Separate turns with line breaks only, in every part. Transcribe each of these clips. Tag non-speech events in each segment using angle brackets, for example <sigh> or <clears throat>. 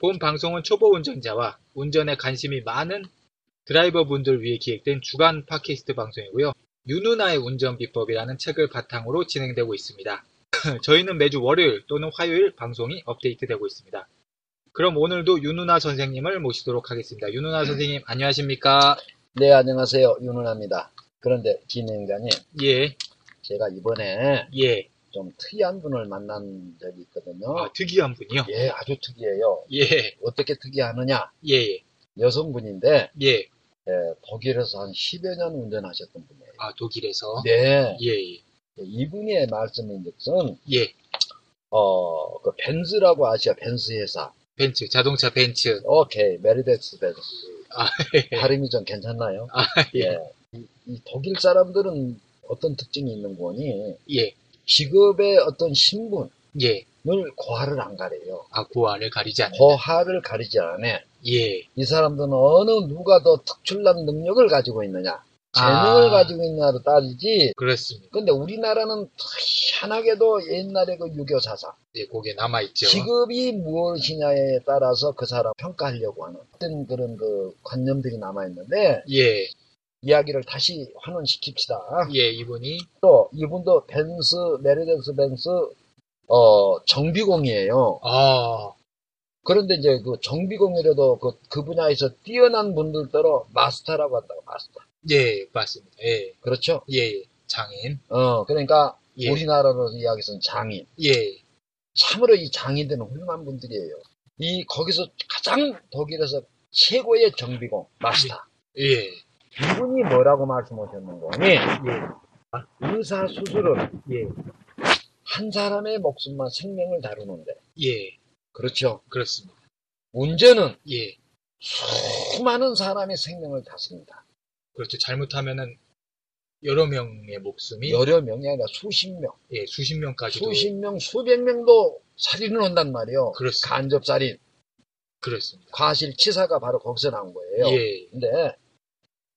본 방송은 초보 운전자와 운전에 관심이 많은 드라이버 분들 위해 기획된 주간 팟캐스트 방송이고요. 유누나의 운전 비법이라는 책을 바탕으로 진행되고 있습니다. <laughs> 저희는 매주 월요일 또는 화요일 방송이 업데이트되고 있습니다. 그럼 오늘도 유누나 선생님을 모시도록 하겠습니다. 유누나 선생님, 안녕하십니까?
네, 안녕하세요. 윤은아입니다. 그런데 김행자님,
예,
제가 이번에
예.
좀 특이한 분을 만난 적이 있거든요.
아, 특이한 분이요?
예, 아주 특이해요.
예,
어떻게 특이하느냐?
예,
여성분인데
예.
예, 독일에서 한 10여 년 운전하셨던 분이에요.
아, 독일에서?
네,
예, 예,
이분의 말씀인즉슨
예.
어, 그 벤츠라고 아시아 벤츠 회사.
벤츠, 자동차 벤츠.
오케이, 메르데스 벤츠.
아,
발음이 좀 괜찮나요?
아, 예,
예. 이, 이 독일 사람들은 어떤 특징이 있는 거니?
예,
직업의 어떤 신분,
예.
늘 고하를 안 가려요.
아, 고아를 가리지 않는.
고하를 가리지 않아.
예,
이 사람들은 어느 누가 더 특출난 능력을 가지고 있느냐, 재능을
아.
가지고 있느냐로 따지지.
그렇습니다.
근데 우리나라는 희한하게도 옛날에 그 유교 사상,
예, 그게 남아있죠.
직업이 무엇이냐에 따라서 그 사람 평가하려고 하는 어떤 그런 그 관념들이 남아 있는데
예,
이야기를 다시 환원시킵시다.
예, 이분이.
또 이분도 벤스 메르데스 벤스 어 정비공이에요.
아,
그런데 이제 그 정비공이라도 그, 그 분야에서 뛰어난 분들 따로 마스터라고 한다고, 마스터.
예, 맞습니다. 예,
그렇죠?
예, 예. 장인.
어, 그러니까
예,
우리나라로 이야기해서는 장인.
예,
참으로 이 장인들은 훌륭한 분들이에요. 이, 거기서 가장 독일에서 최고의 정비공, 마스터.
예,
이분이 뭐라고 말씀하셨는 거니? 아, 의사수술은,
예.
한 사람의 목숨만 생명을 다루는데.
예.
그렇죠?
그렇습니다.
운전은
예,
수많은 사람의 생명을 다습니다.
그렇죠. 잘못하면은 여러 명의 목숨이
여러 명이 아니라 수십 명,
예, 수십 명까지도
수십 명, 수백 명도 살인을 한단 말이에요.
그렇습니다.
간접살인,
그렇습니다.
과실치사가 바로 거기서 나온 거예요.
예,
근데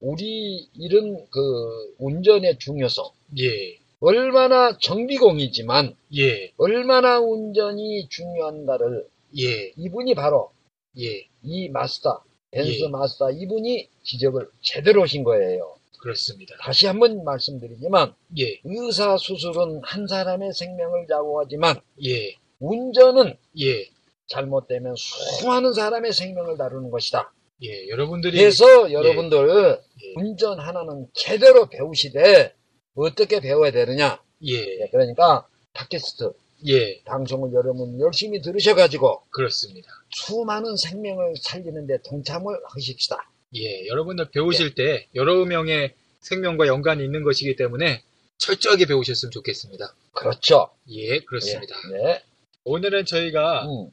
우리 이런 그 운전의 중요성,
예,
얼마나 정비공이지만
예,
얼마나 운전이 중요한가를
예,
이분이 바로
예,
이 마스터, 벤스
예.
마스터 이분이 지적을 제대로 하신 거예요.
그렇습니다.
다시 한번 말씀드리지만
예,
의사 수술은 한 사람의 생명을 좌우하지만
예,
운전은
예,
잘못되면 수많은 사람의 생명을 다루는 것이다.
예. 여러분들이
그래서 여러분들
예.
운전 하나는 제대로 배우시되 어떻게 배워야 되느냐.
예,
예, 그러니까 팟캐스트
예,
방송을 여러분 열심히 들으셔가지고
그렇습니다.
수많은 생명을 살리는데 동참을 하십시다.
예, 여러분들 배우실 때 여러 명의 생명과 연관이 있는 것이기 때문에 철저하게 배우셨으면 좋겠습니다.
그렇죠.
예, 그렇습니다.
예, 예.
오늘은 저희가
음,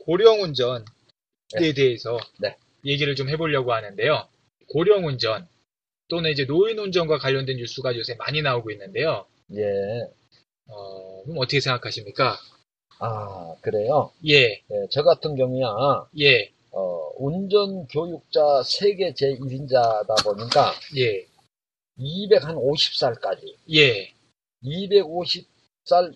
고령 운전에
네.
대해서
네.
얘기를 좀 해보려고 하는데요. 고령 운전 또는 이제 노인 운전과 관련된 뉴스가 요새 많이 나오고 있는데요.
예.
어, 그럼 어떻게 생각하십니까?
아 그래요.
예,
예, 저 같은 경우야
예,
어, 운전 교육자 세계 제 1인자다 보니까
예,
250살까지
예,
250살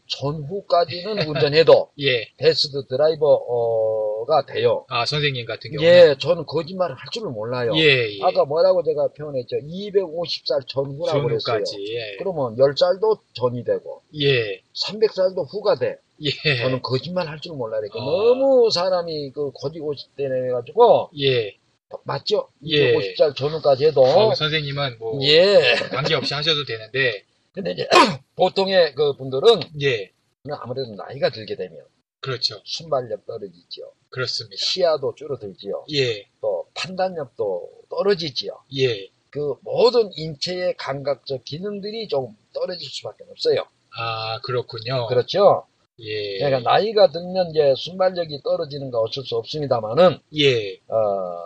전후까지는 <laughs> 운전해도
예.
베스트 드라이버가 돼요.
아, 선생님 같은 경우는.
예, 저는 거짓말을 할 줄을 몰라요.
예, 예.
아까 뭐라고 제가 표현했죠? 250살 전후라고 그랬어요.
전후까지. 예.
그러면 10살도 전이 되고
예.
300살도 후가 돼.
예.
저는 거짓말 할 줄 몰라요. 그러니까
아.
너무 사람이 그 거지고 싶대 해가지고
예.
맞죠?
예.
250살 전후까지 해도
어, 선생님은 뭐
예,
관계없이 하셔도 되는데
근데 이제 <clears throat> 보통의 그 분들은
예,
아무래도 나이가 들게 되면
그렇죠.
순발력 떨어지지요.
그렇습니다.
시야도 줄어들지요.
예,
또 판단력도 떨어지지요.
예.
그 모든 인체의 감각적 기능들이 조금 떨어질 수밖에 없어요.
아, 그렇군요.
그렇죠?
예,
그러니까 나이가 들면 이제 순발력이 떨어지는 거 어쩔 수 없습니다만은
예,
어,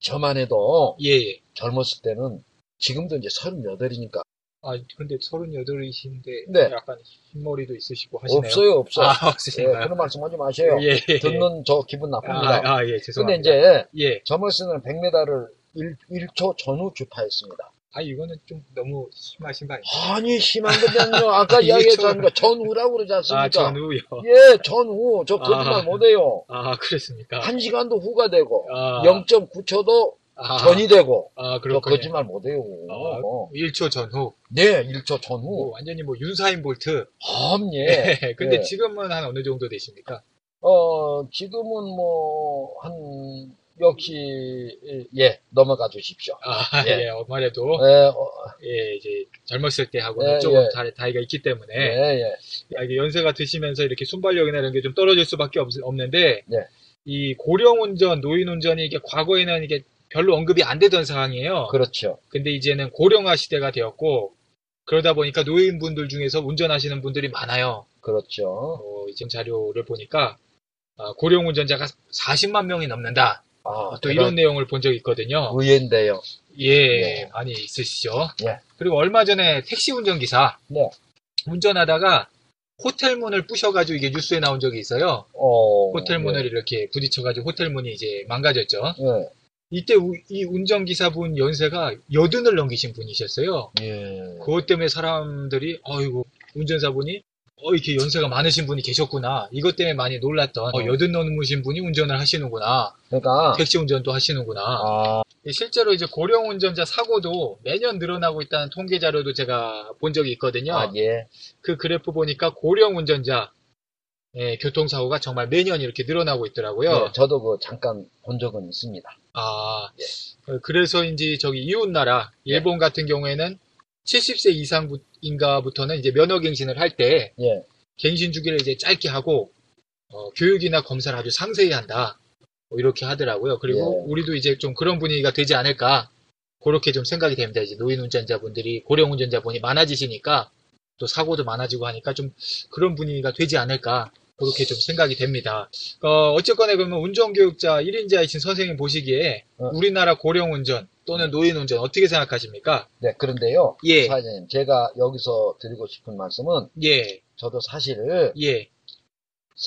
저만 해도
예.
젊었을 때는 지금도 이제 38이니까
아, 근데 38이신데
네.
약간 흰머리도 있으시고 하시네요.
없어요, 없어요.
아,
예,
없으신가요?
그런 말씀하지 마세요.
예, 예.
듣는 저 기분 나쁩니다.
아, 아, 예,
근데
죄송합니다.
이제
예.
젊었을 때는 100m를 1, 초 전후 주파했습니다.
아, 이거는 좀 너무 심하신 거 아니에요?
아니, 심한 거면요.
<laughs>
아까
일초.
이야기했잖아요. 전후라고 그러지 않습니까?
예, 아, 전후요.
예, 전후. 저 거짓말
아.
못해요.
아, 그랬습니까?
한시간도 후가 되고,
아,
0.9초도
아,
전이 되고,
아,
저
그렇군요.
거짓말 못해요.
아,
어.
1초 전후.
네, 1초
뭐,
전후.
완전히 뭐 윤사인 볼트.
암, 예.
<laughs> 예. 근데
예.
지금은 한 어느 정도 되십니까?
어, 지금은 뭐, 한, 역시, 예, 넘어가 주십시오.
아,
예.
예. 아무래도
예, 어,
예, 이제 젊었을 때 하고는
예,
조금
예.
다, 다이가 있기 때문에
예, 예.
아, 이게 연세가 드시면서 이렇게 순발력이나 이런 게 좀 떨어질 수밖에 없, 는데
네.
이 고령 운전, 노인 운전이 이게 과거에는 이게 별로 언급이 안 되던 상황이에요.
그렇죠.
근데 이제는 고령화 시대가 되었고 그러다 보니까 노인분들 중에서 운전하시는 분들이 많아요.
그렇죠.
어, 지금 자료를 보니까 아, 고령 운전자가 40만 명이 넘는다.
아,
또 이런 내용을 본 적이 있거든요.
의외인데요.
예,
뭐, 네.
많이 있으시죠.
예.
그리고 얼마 전에 택시 운전기사
네.
운전하다가 호텔 문을 부셔가지고 이게 뉴스에 나온 적이 있어요.
어,
호텔
예.
문을 이렇게 부딪혀가지고 호텔 문이 이제 망가졌죠.
예.
이때 우- 이 운전기사분 연세가 여든을 넘기신 분이셨어요.
예.
그것 때문에 사람들이 아이고 운전사분이 어 이렇게 연세가 많으신 분이 계셨구나. 이것 때문에 많이 놀랐던 어, 여든 넘으신 분이 운전을 하시는구나.
그러니까,
택시 운전도 하시는구나.
아,
예, 실제로 이제 고령 운전자 사고도 매년 늘어나고 있다는 통계 자료도 제가 본 적이 있거든요.
아, 예.
그 그래프 보니까 고령 운전자 예, 교통사고가 정말 매년 이렇게 늘어나고 있더라고요.
예, 저도 그 잠깐 본 적은 있습니다.
아, 어, 그래서인지 저기 이웃나라, 일본 같은 경우에는 70세 이상인가부터는 이제 면허갱신을 할 때
예.
갱신 주기를 이제 짧게 하고 어, 교육이나 검사를 아주 상세히 한다. 뭐 이렇게 하더라고요. 그리고 우리도 이제 좀 그런 분위기가 되지 않을까. 그렇게 좀 생각이 됩니다. 이제 노인 운전자분들이, 고령 운전자분이 많아지시니까 또 사고도 많아지고 하니까 좀 그런 분위기가 되지 않을까. 그렇게 좀 생각이 됩니다. 어, 어쨌거나 그러면 운전교육자 1인자이신 선생님 보시기에
어.
우리나라 고령 운전 또는 노인 운전 어떻게 생각하십니까?
네, 그런데요.
예,
사장님, 제가 여기서 드리고 싶은 말씀은,
예,
저도 사실
예.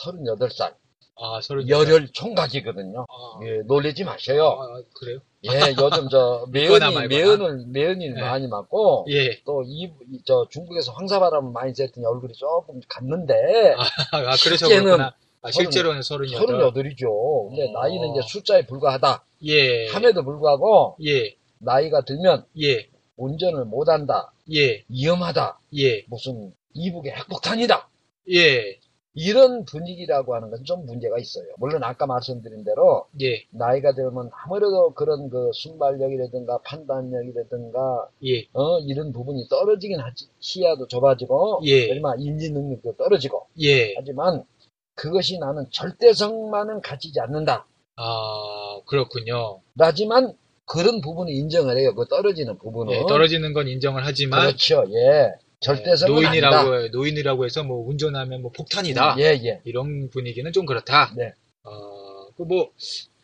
38살,
아, 서른
열혈 총각이거든요.
아,
예, 놀리지 마세요.
아, 그래요?
예,
<laughs>
요즘 저,
그거나
매연이,
말거나.
매연을, 매연이
네.
많이 맞고,
예. <laughs>
또, 이, 이- 저, 중국에서 황사바람 많이 쐈더니 얼굴이 조금 갔는데,
아, 그래서
실제는
그렇구나. 아,
서른-
실제로는 서른여덟.
38이죠. 근데
어.
나이는 이제 숫자에 불과하다.
예.
함에도 불구하고,
예,
나이가 들면
예,
운전을 못한다,
예,
위험하다,
예,
무슨 이북의 핵폭탄이다.
예,
이런 분위기라고 하는 건 좀 문제가 있어요. 물론 아까 말씀드린 대로
예,
나이가 들면 아무래도 그런 그 순발력이라든가 판단력이라든가
예,
어, 이런 부분이 떨어지긴 하지 시야도 좁아지고
예.
얼마 인지 능력도 떨어지고
예.
하지만 그것이 나는 절대성만은 가지지 않는다.
아, 그렇군요.
하지만 그런 부분을 인정을 해요. 그 떨어지는 부분은
예, 떨어지는 건 인정을 하지만
그렇죠. 예. 절대성은 아니다.
노인이라고 노인이라고 해서 뭐 운전하면 뭐 폭탄이다.
예, 예.
이런 분위기는 좀 그렇다.
네.
어, 그 뭐,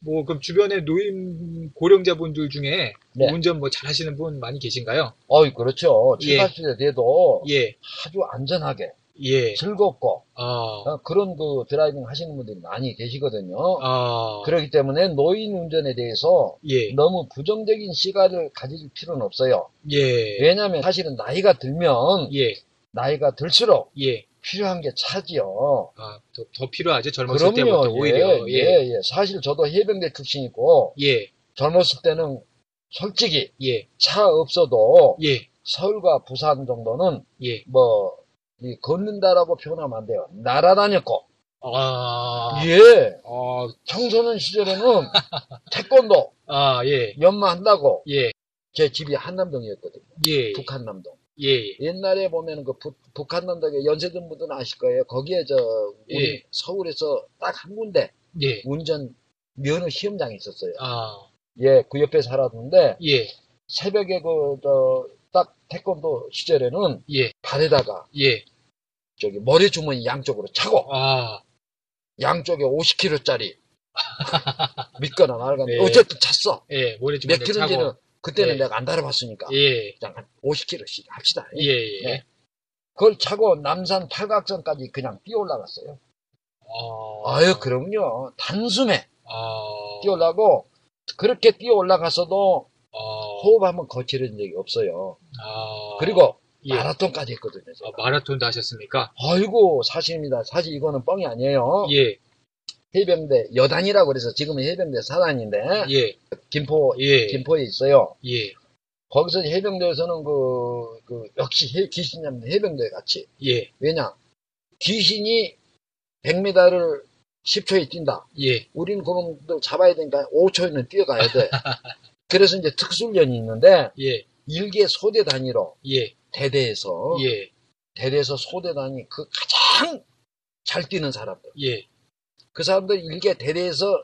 뭐, 그럼 주변에 노인 고령자분들 중에
네.
운전 뭐 잘하시는 분 많이 계신가요?
어이, 그렇죠.
예.
70, 80대 돼도
예,
아주 안전하게,
예,
즐겁고,
아,
어, 그런 그 드라이빙 하시는 분들이 많이 계시거든요.
아,
그렇기 때문에 노인 운전에 대해서
예,
너무 부정적인 시각을 가질 필요는 없어요.
예,
왜냐하면 사실은 나이가 들면,
예,
나이가 들수록
예.
필요한 게 차지요.
아, 더, 더 필요하죠. 젊었을 때부터
그럼요. 예,
오히려.
예,
예,
예. 사실 저도 해병대 출신이고,
예,
젊었을 때는 솔직히
예,
차 없어도
예,
서울과 부산 정도는
예.
뭐, 이 걷는다라고 표현하면 안 돼요. 날아다녔고,
아,
예,
아,
청소년
<laughs>
시절에는 태권도
아, 예,
연마한다고
예,
제 집이 한남동이었거든요.
예.
북한남동.
예, 예.
옛날에 보면 그 북- 북한 남덕에 연세든 분들은 아실 거예요. 거기에 저 우리
예.
서울에서 딱 한 군데
예.
운전 면허 시험장이 있었어요.
아,
예, 그 옆에 살았는데
예,
새벽에 그 저 딱 태권도 시절에는
예,
발에다가
예.
저기 머리 주머니 양쪽으로 차고
아, <laughs>
양쪽에 50kg짜리 믿거나 말거나
예.
어쨌든 찼어.
예.
몇
모래주머니
킬로인지는
차고.
그때는
예.
내가 안 다뤄봤으니까
예,
그냥 한 50kg씩 합시다.
예, 예.
네. 그걸 차고 남산 팔각선까지 그냥 뛰어 올라갔어요.
아,
아유, 그럼요. 단숨에
아,
뛰어 올라고, 그렇게 뛰어 올라가서도
아,
호흡 한번 거칠은 적이 없어요.
아,
그리고
예.
마라톤까지 했거든요. 제가.
아, 마라톤도 하셨습니까?
아이고, 사실입니다. 사실 이거는 뻥이 아니에요.
예,
해병대 여단이라고 그래서 지금은 해병대 사단인데,
예,
김포,
예,
네. 김포에 있어요.
예,
거기서 해병대에서는 그, 그 역시 해- 귀신이면 해병대 같이.
예,
왜냐? 귀신이 100m를 10초에 뛴다.
예,
우린 그놈들 잡아야 되니까 5초에는 뛰어가야
<laughs>
돼. 그래서 이제 특수훈련이 있는데
예,
일개 소대 단위로
예,
대대에서
예,
대대에서 소대 단위 그 가장 잘 뛰는 사람들
예,
그 사람들 일개 대대에서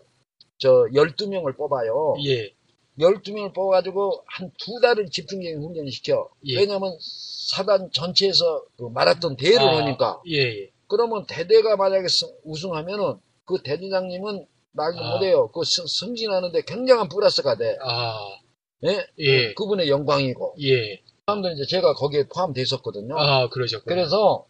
저 12명을 뽑아요.
예,
12명을 뽑아가지고 한 두 달을 집중적인 훈련을 시켜.
예.
왜냐면 사단 전체에서 그 마라톤 대회를
아.
하니까
예, 예.
그러면 대대가 만약에 승- 우승하면은 그 대대장님은 말도
아.
못해요. 그 승, 승진하는데 굉장한 플러스가 돼.
아,
예?
예,
그분의 영광이고. 그
예.
사람들 이제 제가 거기에 포함돼 있었거든요.
아, 그러셨군요.
어. 그래서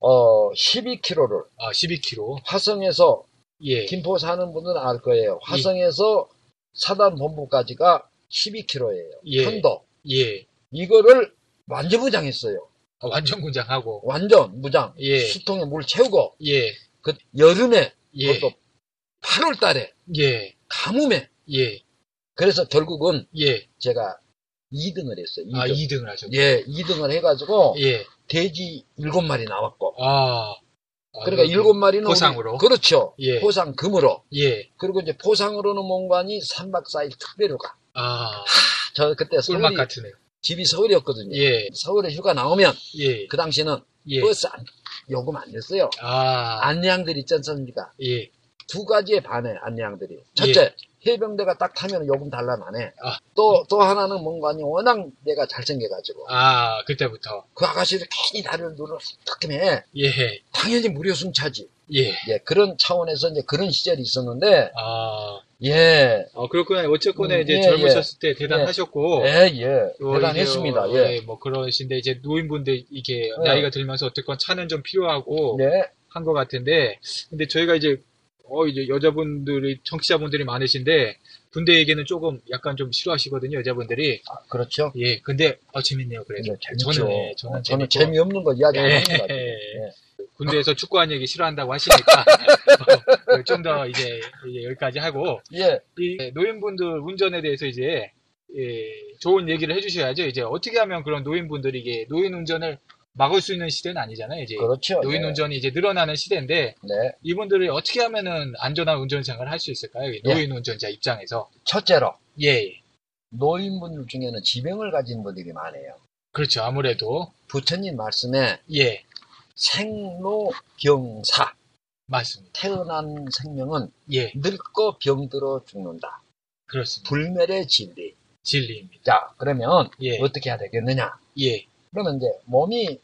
어 12km를
아, 12kg.
화성에서
예,
김포 사는 분은 알 거예요. 화성에서 사단 본부까지가 12km예요.
예.
편도
예.
이거를 완전 무장했어요.
아, 완전 군장하고.
완전 무장.
예.
수통에 물 채우고
예,
그 여름에
예,
그것도 8월달에
예,
가뭄에
예,
그래서 결국은
예.
제가 2등을 했어요. 2등.
아, 2등을 하셨고.
예, 2등을 해가지고
예.
돼지 7마리 나왔고
아. 아,
그러니까
이거
일곱 마리는 우리-
포상으로?
그렇죠.
예.
포상 금으로.
예.
그리고 이제 포상으로는 몽관이 3박 4일 특별휴가. 아,
아,
저 그때
꿀맛
서울이
같으네요.
집이 서울이었거든요.
예,
서울에 휴가 나오면
예,
그 당시는
예.
버스 안, 요금 안 냈어요.
아,
안내양들 있지 않습니까?
예,
두 가지에 반해 안내양들이. 첫째, 해병대가 딱 타면 요금 달란 안 해.
아.
또, 또 하나는 몽관이 워낙 내가 잘생겨가지고.
아, 그때부터.
그 아가씨들 괜히 나를 눌러서 탁해.
예,
당연히 무료 순차지.
예,
예, 그런 차원에서 이제 그런 시절이 있었는데,
아.
예,
어, 그렇구나. 어쨌거나
음,
이제
예,
젊으셨을 때 대단하셨고.
예, 예.
또
대단했습니다.
이제,
예.
어, 예, 뭐 그러신데 이제 노인분들 이게
예.
나이가 들면서 어쨌건 차는 좀 필요하고.
네.
한 것 같은데, 근데 저희가 이제, 어, 이제 여자분들이, 청취자분들이 많으신데, 군대 얘기는 조금 약간 좀 싫어하시거든요, 여자분들이.
아, 그렇죠.
예, 근데, 어, 재밌네요, 그래도.
예, 재밌죠.
저는, 예, 저는
어,
재밌고.
저는 재미없는 거 이야기 안
예,
합니다.
예. 군대에서 축구한 얘기 싫어한다고 하시니까, 뭐, 좀 더 이제, 이제 여기까지 하고,
예.
이 노인분들 운전에 대해서 이제, 예, 좋은 얘기를 해주셔야죠. 이제 어떻게 하면 그런 노인분들이 이게 노인 운전을 막을 수 있는 시대는 아니잖아요, 이제.
그렇죠.
노인
예.
운전이 이제 늘어나는 시대인데,
네.
이분들이 어떻게 하면은 안전한 운전 생활을 할 수 있을까요?
예.
이 노인 운전자 입장에서.
첫째로,
예, 예.
노인분들 중에는 지병을 가진 분들이 많아요.
그렇죠. 아무래도.
부처님 말씀에
예,
생로병사,
맞습니다.
태어난 생명은
예,
늙고 병들어 죽는다.
그렇습니다.
불멸의 진리.
진리입니다.
자, 그러면
예,
어떻게 해야 되겠느냐?
예,
그러면 이제 몸이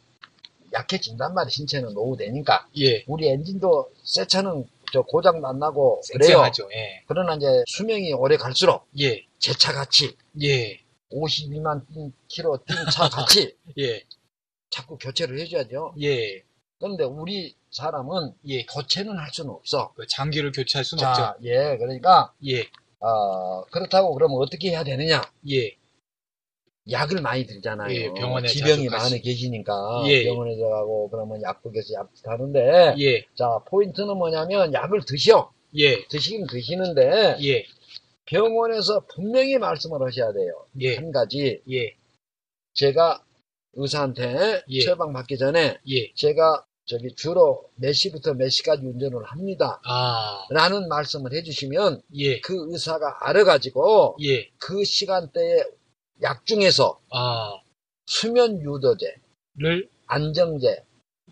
약해진단 말이에요. 신체는 노후되니까.
예.
우리 엔진도 새 차는 저 고장도 안 나고 그래요.
쌩쌩하죠. 예,
그러나 이제 수명이 오래 갈수록
예,
제 차 같이
예,
52만 뛴- 킬로 뛴 차
<laughs>
같이
예,
자꾸 교체를 해줘야죠.
예.
그런데 우리 사람은
예.
교체는 할 수는 없어.
그 장기를 교체할 수는
자,
없죠.
예, 그러니까
예,
어, 그렇다고 그러면 어떻게 해야 되느냐?
예,
약을 많이 들잖아요.
예, 병원에
지병이
자주 가시-
많이 계시니까
예,
병원에 들어가고 그러면 약국에서 약 사는데
예,
자 포인트는 뭐냐면 약을 드셔
예,
드시긴 드시는데
예,
병원에서 분명히 말씀을 하셔야 돼요.
예,
한 가지
예,
제가 의사한테
예.
처방 받기 전에
예.
제가 저기 주로 몇 시부터 몇 시까지 운전을 합니다.
아,
라는 말씀을 해주시면
예,
그 의사가 알아가지고
예,
그 시간대에 약 중에서
아,
수면 유도제,
를,
안정제,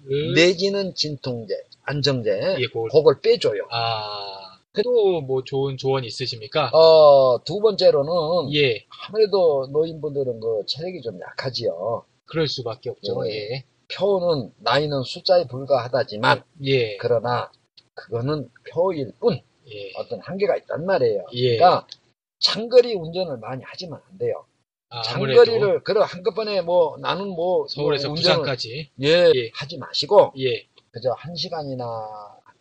을,
네. 내지는 진통제, 안정제.
음. 예, 그걸.
그걸 빼줘요.
아, 또 뭐 좋은 조언 있으십니까?
어, 두 번째로는
예,
아무래도 노인분들은 그 체력이 좀 약하지요.
그럴 수밖에 없죠.
예. 표는 나이는 숫자에 불과하다지만
예, 예,
그러나 그거는 표일 뿐
예.
어떤 한계가 있단 말이에요.
예.
그러니까 장거리 운전을 많이 하지만 안 돼요.
아, 아무래도
장거리를 그래 한꺼번에 뭐 나는 뭐
서울에서
뭐 운전을-
부산까지.
예,
예.
하지 마시고
예,
그저 한 시간이나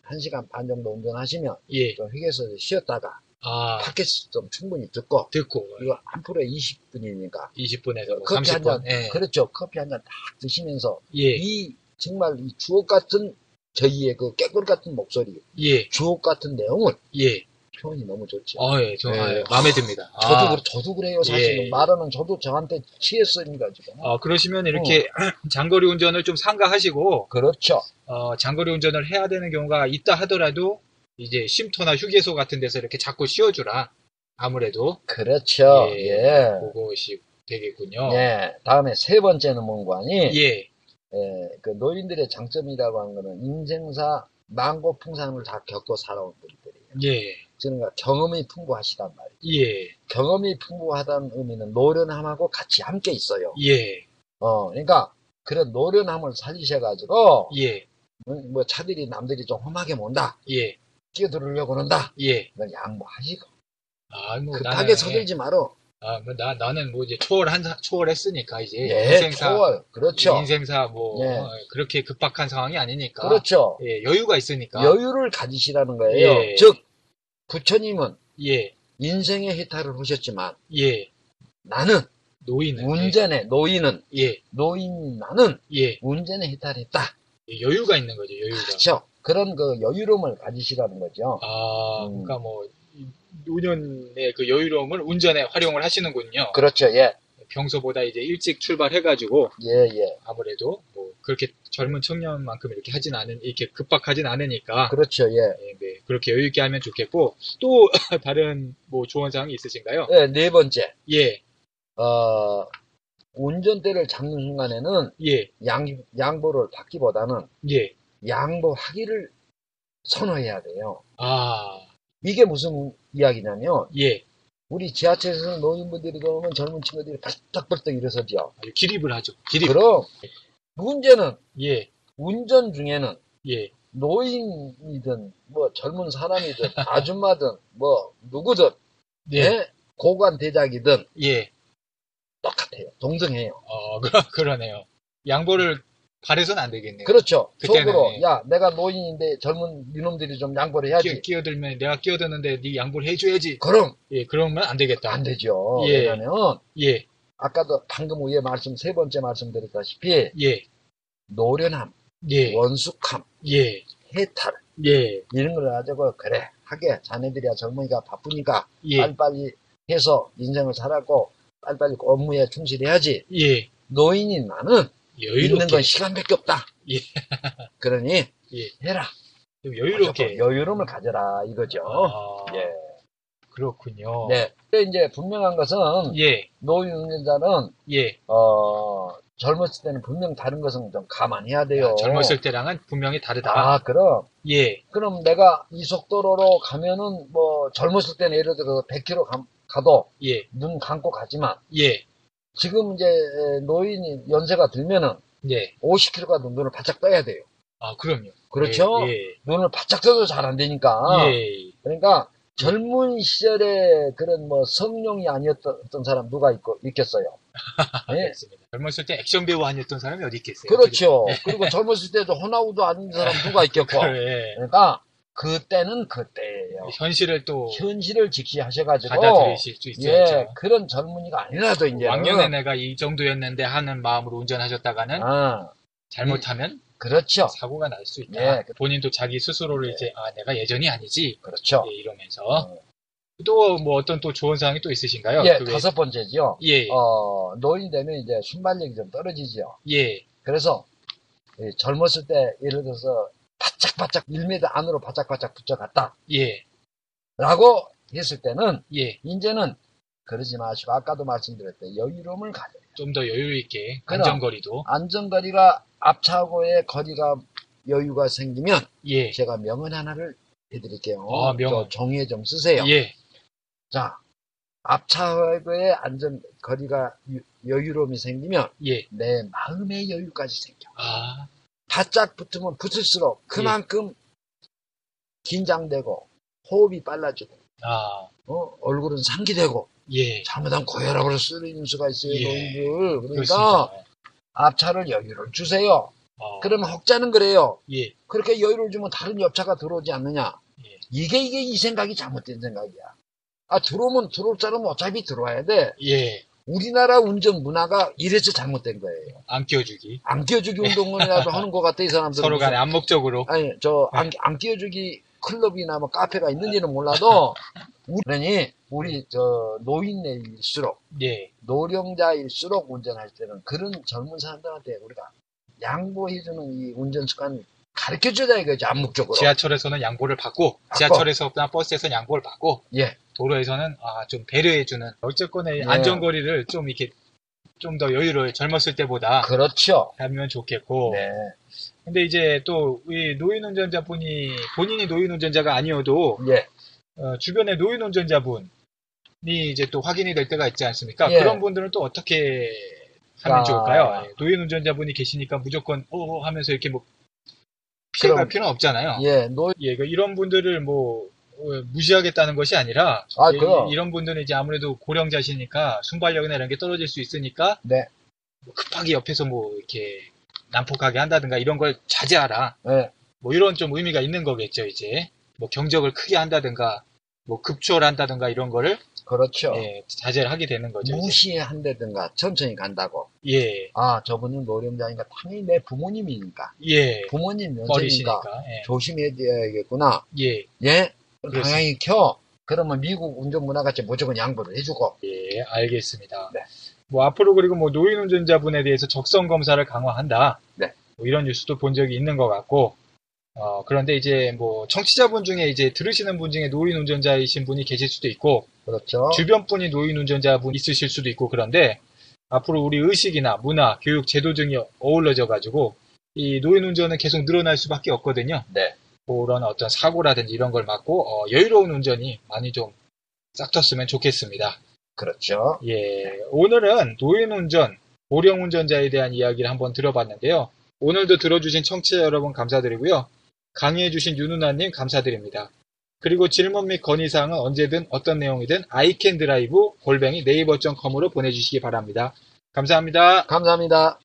한 시간 반 정도 운전하시면
예.
좀 휴게소에서 쉬었다가
아,
팟캐스트 좀 충분히 듣고
듣고
이거 한 프로에 20분이니까
20분에서 뭐
커피 한
30분.
잔,
예,
그렇죠. 커피 한 잔 딱 드시면서
예,
이 정말 이 주옥 같은 저희의 그 깨꿀 같은 목소리,
예,
주옥 같은 내용을
예.
표현이 너무 좋죠.
어, 예, 저
예.
예. 마음에 듭니다.
저도
아,
그래, 저도 그래요. 사실은
예.
말하는 저도 저한테 취했습니다 지금.
어, 그러시면 이렇게
어.
<clears throat> 장거리 운전을 좀 삼가하시고
그렇죠.
어, 장거리 운전을 해야 되는 경우가 있다 하더라도 이제 쉼터나 휴게소 같은 데서 이렇게 자꾸 쉬어주라. 아무래도
그렇죠.
예.
예.
그것이 되겠군요.
예. 다음에 세 번째는 뭔가니
예,
예, 그 노인들의 장점이라고 한 거는 인생사 망고 풍산을 다 겪고 살아온 분들이에요.
예,
그러니까 경험이 풍부하시단 말이에요.
예,
경험이 풍부하다는 의미는 노련함하고 같이 함께 있어요.
예,
어, 그러니까 그런 노련함을 살리셔가지고
예,
음, 뭐 차들이 남들이 좀 험하게 몬다,
예,
끼어들으려고 그런다.
예.
이건 양보하시고
아, 뭐
급하게
나는
서둘지 마로.
아, 뭐 나, 나는 뭐 이제 초월한 사- 초월했으니까 이제
예,
인생사
초월. 그렇죠.
인생사 뭐
예.
어, 그렇게 급박한 상황이 아니니까
그렇죠.
예, 여유가 있으니까
여유를 가지시라는 거예요.
예.
즉 부처님은
예,
인생의 해탈을 하셨지만
예,
나는
노인은
운전의 노인은
예,
노인 나는
예,
운전의 해탈했다.
예, 여유가 있는 거죠 여유가
그렇죠. 그런 그 여유로움을 가지시라는 거죠.
아,
음.
그러니까 뭐 이- 노년의 그 여유로움을 운전에 활용을 하시는군요.
그렇죠. 예,
평소보다 이제 일찍 출발해가지고
예, 예.
아무래도 뭐 그렇게 젊은 청년만큼 이렇게 하진 않은 이렇게 급박하진 않으니까
그렇죠. 예.
예, 네, 그렇게 여유 있게 하면 좋겠고 또 <laughs> 다른 뭐 조언 사항이 있으신가요?
예, 네 번째,
예,
어, 운전대를 잡는 순간에는
예,
양, 양보를 받기보다는
예.
양보하기를 선호해야 돼요.
아,
이게 무슨 이야기냐면
예.
우리 지하철에서 노인분들이 들어오면 젊은 친구들이 벌떡벌떡 일어서죠.
아주 기립을 하죠. 기립.
그럼 문제는
예,
운전 중에는
예,
노인이든 뭐 젊은 사람이든
<laughs>
아줌마든 뭐 누구든
예,
예? 고관 대작이든
예.
똑같아요. 동등해요.
어, <laughs> 그, 그러네요. 양보를 바래선 안 되겠네요.
그렇죠.
그때는,
속으로
예.
야 내가 노인인데 젊은 이놈들이 좀 양보를
끼,
해야지.
끼어들면 내가 끼어드는데 네 양보를 해줘야지.
그럼
예, 그러면 안 되겠다.
안 되죠.
예.
왜냐면
예,
아까도 방금 위에 말씀 세 번째 말씀드렸다시피
예,
노련함,
예,
뭐, 원숙함,
예,
해탈
예,
이런 걸 가지고 그래 하게 자네들이야 젊으니까 바쁘니까
예,
빨리빨리 해서 인생을 살았고 빨리빨리 업무에 충실해야지.
예.
노인인 나는 있는
여유롭게.
건 시간밖에 없다.
예.
그러니
<laughs> 예.
해라.
좀 여유롭게.
어쨌든 여유로움을 가져라 이거죠.
아,
예.
그렇군요.
네. 근데 이제 분명한 것은
어. 예,
노인 운전자는
예.
어, 젊었을 때는 분명 다른 것은 좀 감안해야 돼요.
아, 젊었을 때랑은 분명히 다르다.
아 그럼
예,
그럼 내가 이 속도로 가면은 뭐 젊었을 때는 예를 들어서 100km 가, 가도
예,
눈 감고 가지만
예,
지금 이제 노인이 연세가 들면은
예.
50km 가도 눈을 바짝 떠야 돼요.
아, 그럼요.
그렇죠? 아.
예,
눈을 바짝 떠도 잘 안 되니까.
예.
그러니까 젊은 시절에 그런 뭐 성룡이 아니었던 어떤 사람 누가 있고
<laughs>
있겠어요. 예.
그렇습니다. 젊었을 때 액션 배우 아니었던 사람이 어디 있겠어요?
그렇죠.
네.
그리고 젊었을 때도 호나우도 아닌 사람 누가 있겠고.
그래.
그러니까 그때는 그때예요.
그렇죠. 예. 현실을 또
현실을 직시하셔가지고
받아들이실 수
예
있어야죠.
그런 젊은이가 아니라도 이제
왕년에 내가 이 정도였는데 하는 마음으로 운전하셨다가는
아
잘못하면
그렇죠
사고가 날 수 있다.
예.
본인도 자기 스스로를 이제 아 내가 예전이 아니지
그렇죠
예, 이러면서 또 뭐 어떤 또 좋은 사항이 또 있으신가요?
예
그 외-
다섯 번째지요
예,
어 노인 되면 이제 순발력이 좀 떨어지죠
예,
그래서 이 젊었을 때 예를 들어서 바짝바짝 1m 안으로 바짝바짝 붙여갔다
예,
라고 했을 때는
예.
이제는 그러지 마시고 아까도 말씀드렸듯 여유로움을 가져요
좀 더 여유 있게
그럼.
안전거리도
안전거리가 앞차하고의 거리가 여유가 생기면
예.
제가 명언 하나를 해드릴게요.
아, 명언.
저 종이에 좀 쓰세요.
예.
자, 앞차하고의 안전 거리가 유- 여유로움이 생기면
예.
내 마음의 여유까지 생겨.
아,
바짝 붙으면
예.
붙을수록 그만큼 긴장되고 호흡이 빨라지고
아,
어, 얼굴은 상기되고
예.
잘못하면 고혈압으로 쓰는 수가 있어요,
예.
노인들. 그러니까
그렇습니다.
앞차를 여유를 주세요.
어,
그러면 혹자는 그래요.
예.
그렇게 여유를 주면 다른 옆차가 들어오지 않느냐.
예.
이게, 이게 이 생각이 잘못된 생각이야. 아, 들어오면 들어올 사람은 어차피 들어와야 돼.
예.
우리나라 운전 문화가 이래서 잘못된 거예요.
안 끼워주기.
안 끼워주기 운동이라도 하는 것 같아, 이
네.
사람들은.
서로 간에 네. 안목적으로.
아니, 저, 안, 안 끼워주기 클럽이나 뭐 카페가 있는지는
<laughs>
몰라도, 우리- 그러니, 우리, 저, 노인일수록,
예.
노령자일수록 운전할 때는 그런 젊은 사람들한테 우리가 양보해주는 이 운전 습관 가르쳐 줘야 이거지, 암묵적으로.
지하철에서는 양보를 받고, 지하철에서나 버스에서는 양보를 받고,
예.
도로에서는 아, 좀 배려해주는, 어쨌거나 이
네.
안전거리를 좀 이렇게, 좀 더 여유를 젊었을 때보다
그렇죠.
하면 좋겠고,
네.
근데 이제 또, 이 노인 운전자분이, 본인이 노인 운전자가 아니어도,
예.
어, 주변에 노인 운전자분이 이제 또 확인이 될 때가 있지 않습니까?
예.
그런 분들은 또 어떻게 하면
아.
좋을까요? 예, 노인 운전자분이 계시니까 무조건 어 어, 하면서 이렇게 뭐 피해갈
그럼-
필요는 없잖아요.
예, 노,
예, 그 이런 분들을 뭐 어, 무시하겠다는 것이 아니라
아,
예,
그럼.
이런 분들은 이제 아무래도 고령자시니까 순발력이나 이런 게 떨어질 수 있으니까
네.
뭐 급하게 옆에서 뭐 이렇게 난폭하게 한다든가 이런 걸 자제하라.
예.
뭐 이런 좀 의미가 있는 거겠죠 이제 뭐 경적을 크게 한다든가 뭐 급추월 한다든가 이런 거를
그렇죠.
예, 자제를 하게 되는 거죠. 그렇죠. 이제.
무시한다든가 천천히 간다고.
예,
아, 저분은 노령자니까 당연히 내 부모님이니까.
예,
부모님 연세니까
어리시니까 예,
조심해야겠구나.
예,
예?
그렇습니다.
방향이 켜. 그러면 미국 운전 문화 같이 무조건 양보를 해주고.
예, 알겠습니다.
네.
뭐 앞으로 그리고 뭐 노인 운전자분에 대해서 적성 검사를 강화한다.
네.
뭐 이런 뉴스도 본 적이 있는 것 같고. 어, 그런데 이제 뭐 청취자분 중에 이제 들으시는 분 중에 노인 운전자이신 분이 계실 수도 있고
그렇죠.
주변 분이 노인 운전자분 있으실 수도 있고 그런데 앞으로 우리 의식이나 문화, 교육, 제도 등이 어우러져 가지고 이 노인 운전은 계속 늘어날 수밖에 없거든요.
네.
그런 어떤 사고라든지 이런 걸 막고 어, 여유로운 운전이 많이 좀 싹텄으면 좋겠습니다.
그렇죠.
예, 오늘은 노인운전, 고령운전자에 대한 이야기를 한번 들어봤는데요. 오늘도 들어주신 청취자 여러분 감사드리고요. 강의해주신 윤은아님 감사드립니다. 그리고 질문 및 건의사항은 언제든 어떤 내용이든 아이캔드라이브 골뱅이 네이버.com으로 보내주시기 바랍니다. 감사합니다.
감사합니다.